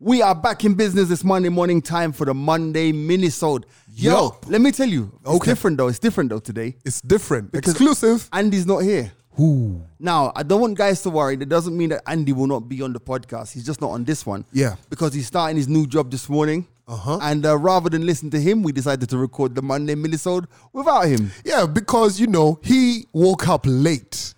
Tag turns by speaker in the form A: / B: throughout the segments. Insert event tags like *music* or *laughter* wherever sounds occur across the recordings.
A: We are back in business this Monday morning time for the Monday Minisode. Yo,
B: Yup.
A: let me tell you, it's
B: Okay.
A: different though. It's different though today.
B: It's different.
A: Because
B: Exclusive.
A: Andy's not here.
B: Ooh.
A: Now, I don't want guys to worry. That doesn't mean that Andy will not be on the podcast. He's just not on this one.
B: Yeah.
A: Because he's starting his new job this morning.
B: Uh-huh.
A: And uh, rather than listen to him, we decided to record the Monday Minisode without him.
B: Yeah, because you know he woke up late.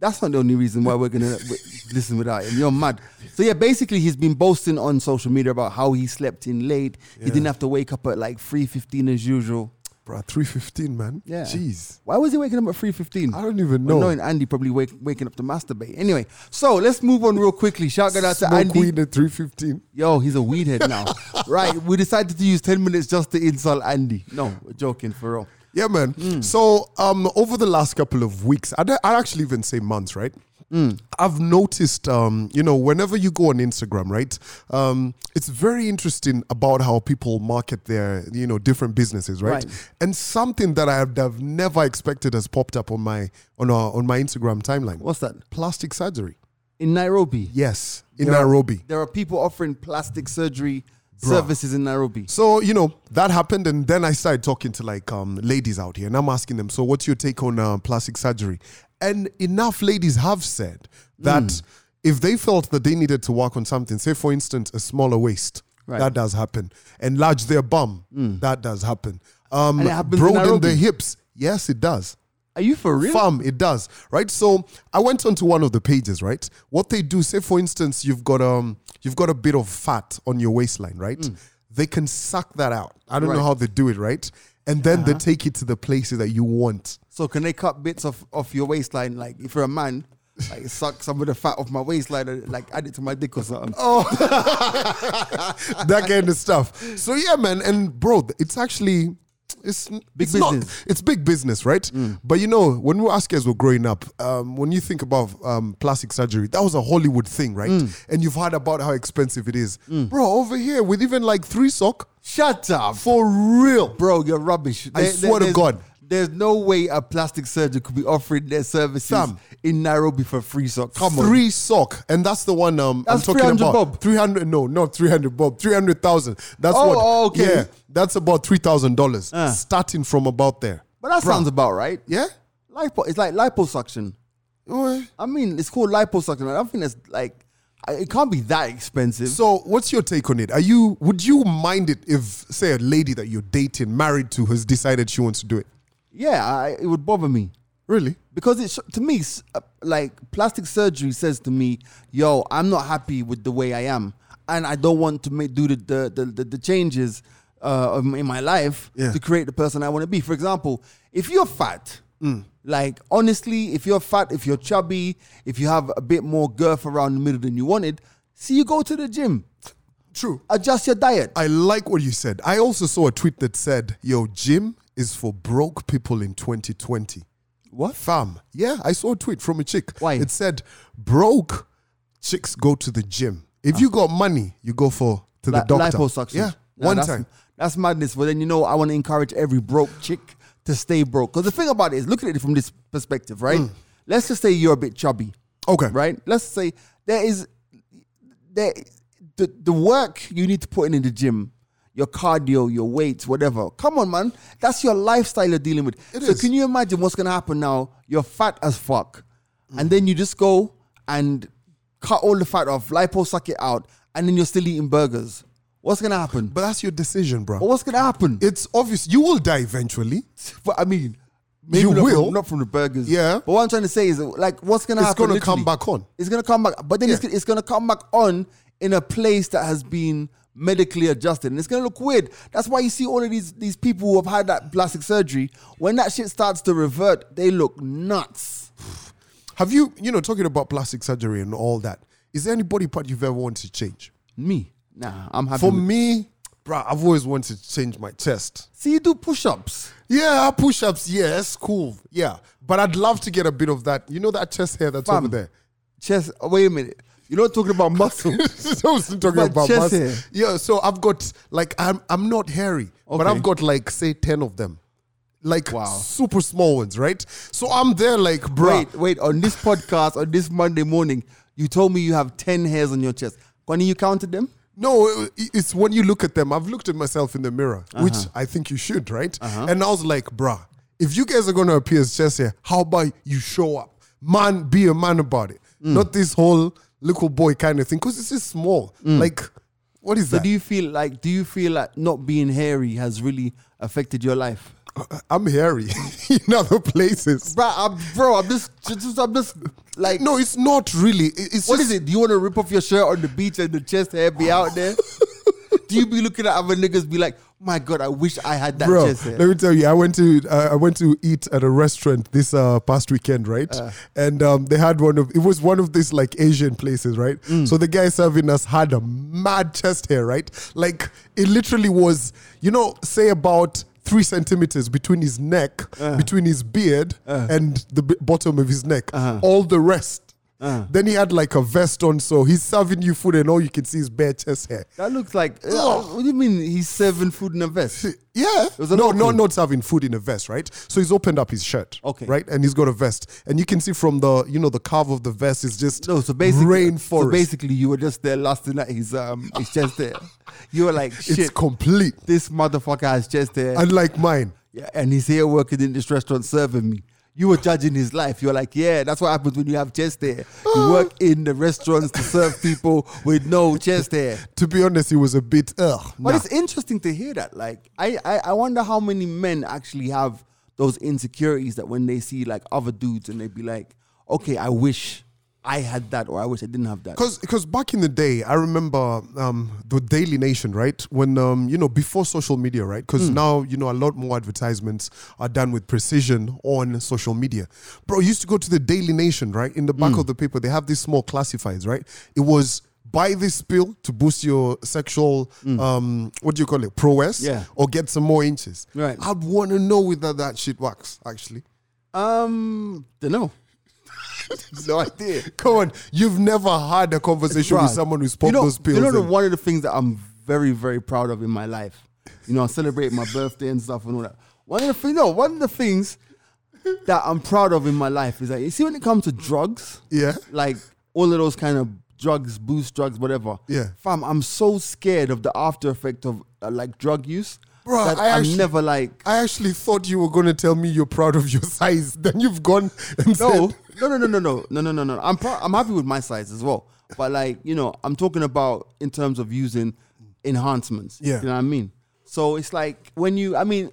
A: That's not the only reason why we're gonna *laughs* w- listen without him. You're mad. So yeah, basically he's been boasting on social media about how he slept in late. He didn't have to wake up at like three fifteen as usual.
B: Bruh, three fifteen, man.
A: Yeah.
B: Jeez.
A: Why was he waking up at three fifteen?
B: I don't even know.
A: Knowing Andy probably wake, waking up to masturbate. Anyway, so let's move on real quickly. Shout out to
B: Smoke
A: Andy.
B: weed at three fifteen.
A: Yo, he's a weed head
B: *laughs*
A: now. right, we decided to use ten minutes just to insult Andy. No, we're joking for real.
B: Yeah, man. So um, over the last couple of weeks, I I actually even say months, right? Hmm. I've noticed, um, you know, whenever you go on Instagram, right? Um, it's very interesting about how people market their, you know, different businesses, right?
A: Right.
B: And something that I have, have never expected has popped up on my on our, on my Instagram timeline.
A: What's that?
B: Plastic surgery.
A: In Nairobi.
B: Yes, in
A: There are-
B: Nairobi.
A: There are people offering plastic surgery
B: Bruh.
A: services in Nairobi.
B: So you know that happened, and then I started talking to like um, ladies out here, and I'm asking them, so what's your take on uh, plastic surgery? And enough ladies have said that
A: Mm.
B: if they felt that they needed to work on something, say for instance a smaller waist,
A: Right. Mm.
B: that does happen. Enlarge their bum, that does happen. Um,
A: And it happens in
B: broaden
A: Nairobi?
B: the hips, yes, it does.
A: Are you for real?
B: Farm, it does, right? So I went onto one of the pages, right? What they do, say for instance, you've got um, you've got a bit of fat on your waistline, right? They can suck that out. I
A: Mm. Right.
B: don't
A: Uh-huh.
B: know how they do it, right? And then they take it to the places that you want.
A: So can they cut bits off, off your waistline? Like if you're a man, like suck some of the fat off my waistline and like add it to my dick or something.
B: Oh. that kind of stuff. So yeah, man, and bro, it's actually it's big it's
A: business. Mm.
B: it's big business, right? But you know, when we as kids were growing up, um, when you think about um, plastic surgery, that was a Hollywood thing, right?
A: Mm.
B: And you've heard about how expensive it is, bro. Over here, with even like three sock
A: Shut up.
B: for real,
A: Bro, you're rubbish.
B: I swear to
A: there's-
B: God.
A: There's no way a plastic surgeon could be offering their services
B: Sam.
A: in Nairobi for free. So come on.
B: three sock, and that's the one um,
A: That's
B: I'm talking
A: 300
B: about.
A: bob.
B: Three hundred, no, not three hundred bob, three hundred thousand. That's
A: Oh,
B: what.
A: oh, okay. Ah.
B: Yeah, that's about three thousand dollars, starting from about there.
A: But that
B: Bro.
A: sounds about right.
B: Yeah.
A: Lipo, it's like liposuction.
B: Well,
A: I mean, it's called liposuction. I don't think that's like, I- it can't be that expensive.
B: So, what's your take on it? Are you would you mind it if, say, a lady that you're dating, married to, has decided she wants to do it?
A: yeah, I, it would bother me.
B: Really?
A: because it's to me s- uh, like plastic surgery says to me yo i'm not happy with the way i am and i don't want to make do the the the, the, the changes uh, um, in my life
B: Yeah.
A: to create the person i want to be for example if you're fat like honestly if you're fat if you're chubby if you have a bit more girth around the middle than you wanted see you go to the gym
B: True.
A: adjust your diet
B: I like what you said. I also saw a tweet that said, "Yo, gym is for broke people in 2020."
A: What?
B: Fam. Yeah, I saw a tweet from a chick.
A: Why?
B: It said, "Broke chicks go to the gym. If you got money, you go for to the
A: Li-
B: doctor."
A: Liposuction.
B: Yeah.
A: Nah,
B: One
A: that's,
B: time.
A: That's madness. But then you know, I want to encourage every broke chick to stay broke. Because the thing about it is, look at it from this perspective, right?
B: Mm.
A: Let's just say you're a bit chubby,
B: Okay.
A: right? Let's say there is there the the work you need to put in in the gym. Your cardio, your weights, whatever. Come on, man. That's your lifestyle you're dealing with.
B: It
A: so
B: is.
A: can you imagine what's gonna happen now? You're fat as fuck, and then you just go and cut all the fat off, lipo suck it out, and then you're still eating burgers. What's gonna happen?
B: But that's your decision, bro.
A: But what's gonna happen?
B: It's obvious you will die eventually.
A: but I mean, maybe
B: You
A: not
B: will.
A: from, not from the burgers.
B: Yeah.
A: But what I'm trying to say is, like, what's gonna
B: It's
A: happen?
B: gonna come
A: literally?
B: back on.
A: It's gonna come back, but then it's,
B: Yeah.
A: it's gonna come back on in a place that has been medically adjusted, and it's gonna look weird. That's why you see all of these these people who have had that plastic surgery. When that shit starts to revert, they look nuts.
B: Have you, you know, talking about plastic surgery and all that, is there any body part you've ever wanted to change?
A: Me, nah, I'm happy.
B: For
A: with-
B: me, bruh, I've always wanted to change my chest.
A: see, you do push-ups.
B: Yeah, push ups, yeah, that's cool. Yeah. But I'd love to get a bit of that, you know, that chest hair that's
A: Fam.
B: over there. *laughs*
A: Chest. oh, wait a minute. You're not talking about muscle.
B: I was talking
A: But
B: about,
A: chest
B: muscle.
A: hair.
B: Yeah, so I've got, like, I'm, I'm not hairy, but
A: Okay.
B: I've got, like, say, 10 of them. Like,
A: Wow.
B: super small ones, right? So I'm there, like, *laughs* bruh.
A: Wait, wait. On this podcast, on this Monday morning, you told me you have ten hairs on your chest. Connie, you counted them?
B: No, i- it's when you look at them. I've looked at myself in the mirror,
A: Uh-huh.
B: which I think you should, right? And I was like, bruh, if you guys are going to appear as Chelsea, how about you show up? Man, be a man about it.
A: Mm.
B: Not this whole little boy kind of thing, because it's just small. Like, what is
A: So
B: that?
A: Mm. do you feel like do you feel like not being hairy has really affected your life?
B: *laughs* I'm hairy *laughs* in other places.
A: Bro, I'm, bro, I'm just, just I'm just like
B: No, it's not really. It- It's
A: What
B: just,
A: is it? Do you want to rip off your shirt on the beach and the chest hair be out there? Do you be looking at other niggas be like, my God, I wish I had that
B: bro?
A: chest hair?
B: Let me tell you, I went to uh, I went to eat at a restaurant this uh, past weekend, right? and um, they had one of it was one of these like Asian places, right? So the guy serving us had a mad chest hair, right? Like it literally was, you know, say about. Three centimeters between his neck, between his beard, and the b- bottom of his neck. All the rest. Then he had like a vest on, so he's serving you food, and all you can see is bare chest hair.
A: That looks like, uh,
B: Ugh.
A: what do you mean he's serving food in a vest?
B: Yeah.
A: was a
B: No,
A: lot
B: no,
A: of-
B: not having food in a vest, right? So he's opened up his shirt.
A: Okay.
B: Right? And he's got a vest. And you can see from the, you know, the curve of the vest is just
A: No, so basically,
B: rainforest.
A: so basically you were just there last night, his, um, his chest hair. You were like,
B: it's
A: shit,
B: complete.
A: this motherfucker has chest hair
B: Unlike mine.
A: yeah, and he's here working in this restaurant serving me. You were judging his life. You're like, yeah, that's what happens when you have chest hair. You work in the restaurants to serve people with no chest hair.
B: To be honest, it was a bit ugh.
A: But
B: nah.
A: it's interesting to hear that. Like, I, I, I wonder how many men actually have those insecurities that when they see like other dudes and they be like, okay, I wish I had that or I wish I didn't have that.
B: Because because back in the day, I remember um, the Daily Nation, right? When um, you know before social media, right?
A: Hmm.
B: Because now you know a lot more advertisements are done with precision on social media. Bro, I used to go to the Daily Nation, right? In the back
A: Hmm.
B: of the paper, they have these small classifieds, right? It was buy this pill to boost your sexual um, what do you call it prowess
A: Hmm. Yeah.
B: or get some more inches.
A: Right.
B: I'd want to know whether that shit works actually.
A: Um, don't know. *laughs* no idea.
B: Come on, you've never had a conversation with
A: Bruh,
B: someone who's popped
A: you know,
B: those pills.
A: You know, the,
B: and-
A: one of the things that I'm very, very proud of in my life. You know, I celebrate my birthday and stuff and all that. One of the things, no, one of the things that I'm proud of in my life is that you see when it comes to drugs,
B: Yeah.
A: like all of those kind of drugs, boost drugs, whatever.
B: Yeah.
A: fam, I'm so scared of the after effect of uh, like drug use.
B: Bruh,
A: that
B: I
A: I'm
B: actually-
A: never like
B: I actually thought you were going to tell me you're proud of your size. *laughs* Then you've gone and
A: no,
B: said,
A: no, no, no, no, no, no, no, no, no. I'm pro- I'm happy with my size as well. But like you know, I'm talking about in terms of using enhancements.
B: Yeah.
A: you know what I mean. So it's like when you, I mean,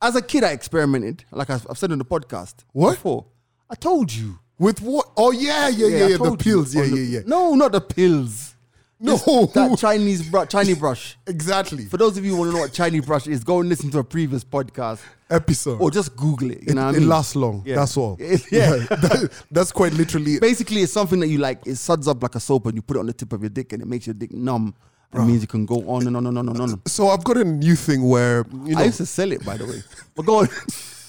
A: as a kid, I experimented. Like I've, I've said on the podcast
B: What?
A: before. I told you.
B: with what? Oh, yeah, yeah, yeah,
A: I
B: yeah. The
A: told you
B: pills. Yeah,
A: on
B: yeah,
A: the-
B: yeah.
A: No, not the pills.
B: No.
A: This- that
B: *laughs*
A: Chinese bru- Chinese brush.
B: exactly.
A: For those of you who want to know what Chinese brush is, go and listen to a previous podcast
B: Episode.
A: or just Google it. You
B: it,
A: know what I
B: it
A: mean?
B: lasts long.
A: Oh, Yeah.
B: That's all.
A: Yeah. *laughs* Yeah.
B: *laughs* that- that's quite literally.
A: basically it's something that you like it suds up like a soap and you put it on the tip of your dick and it makes your dick numb It means you can go on and on and on and on
B: So I've got a new thing where you
A: i
B: know
A: used to sell it by the way but go on *laughs*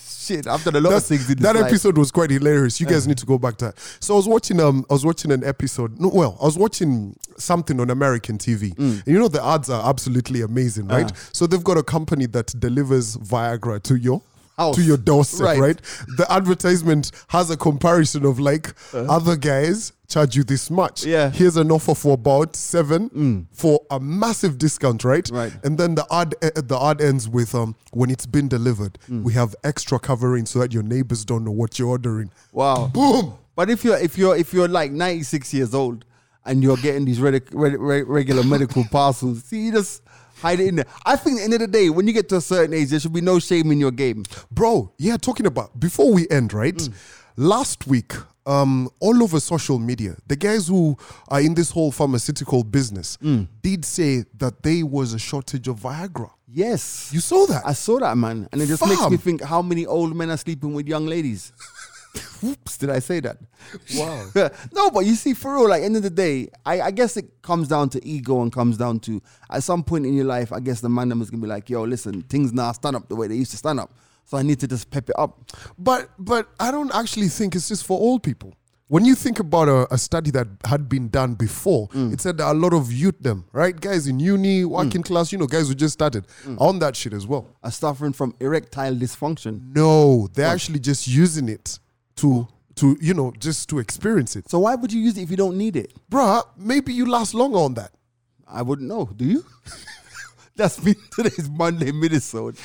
A: shit i've done a lot of
B: That's-
A: things in this
B: that
A: life.
B: episode was quite hilarious. You guys need to go back to that. So I was watching um I was watching an episode. No, well, I was watching something on American TV.
A: Mm.
B: And you know the ads are absolutely amazing,
A: Ah.
B: right? So they've got a company that delivers Viagra to your
A: House.
B: to your doorstep,
A: Right.
B: right. The advertisement has a comparison of like other guys charge you this much.
A: Uh-huh. Yeah.
B: Here's an offer for about seven for a massive discount, right?
A: Mm. Right.
B: And then the ad eh, the ad ends with um when it's been delivered,
A: Mm.
B: we have extra covering so that your neighbors don't know what you're ordering.
A: wow
B: Boom.
A: but if you're if you're if you're like 96 years old and you're getting these redi- re- re- regular medical parcels see you just hide it in there i think at the end of the day when you get to a certain age there should be no shame in your game
B: Bro, yeah, talking about before we end, right?
A: Mm.
B: Last week, um, all over social media, the guys who are in this whole pharmaceutical business
A: Mm.
B: did say that there was a shortage of Viagra.
A: yes
B: You saw that?
A: I saw that man, and it just makes me
B: Fam.
A: think how many old men are sleeping with young ladies. *laughs* Oops, did I say that?
B: Wow.
A: *laughs* no, but you see, for real, like end of the day, I, I guess it comes down to ego and comes down to at some point in your life, I guess the man them is gonna be like, yo, listen, things now stand up the way they used to stand up. So I need to just pep it up.
B: But but I don't actually think it's just for old people. When you think about a, a study that had been done before, it said that a lot of youth them, right? Guys in uni, working class, you know, guys who just started on that shit as well.
A: I'm suffering from erectile dysfunction.
B: No, they're actually just using it to to you know just to experience it.
A: So why would you use it if you don't need it?
B: Bruh, maybe you last longer on that.
A: *laughs* I wouldn't know. Do you? That's been today's Monday Minnesota.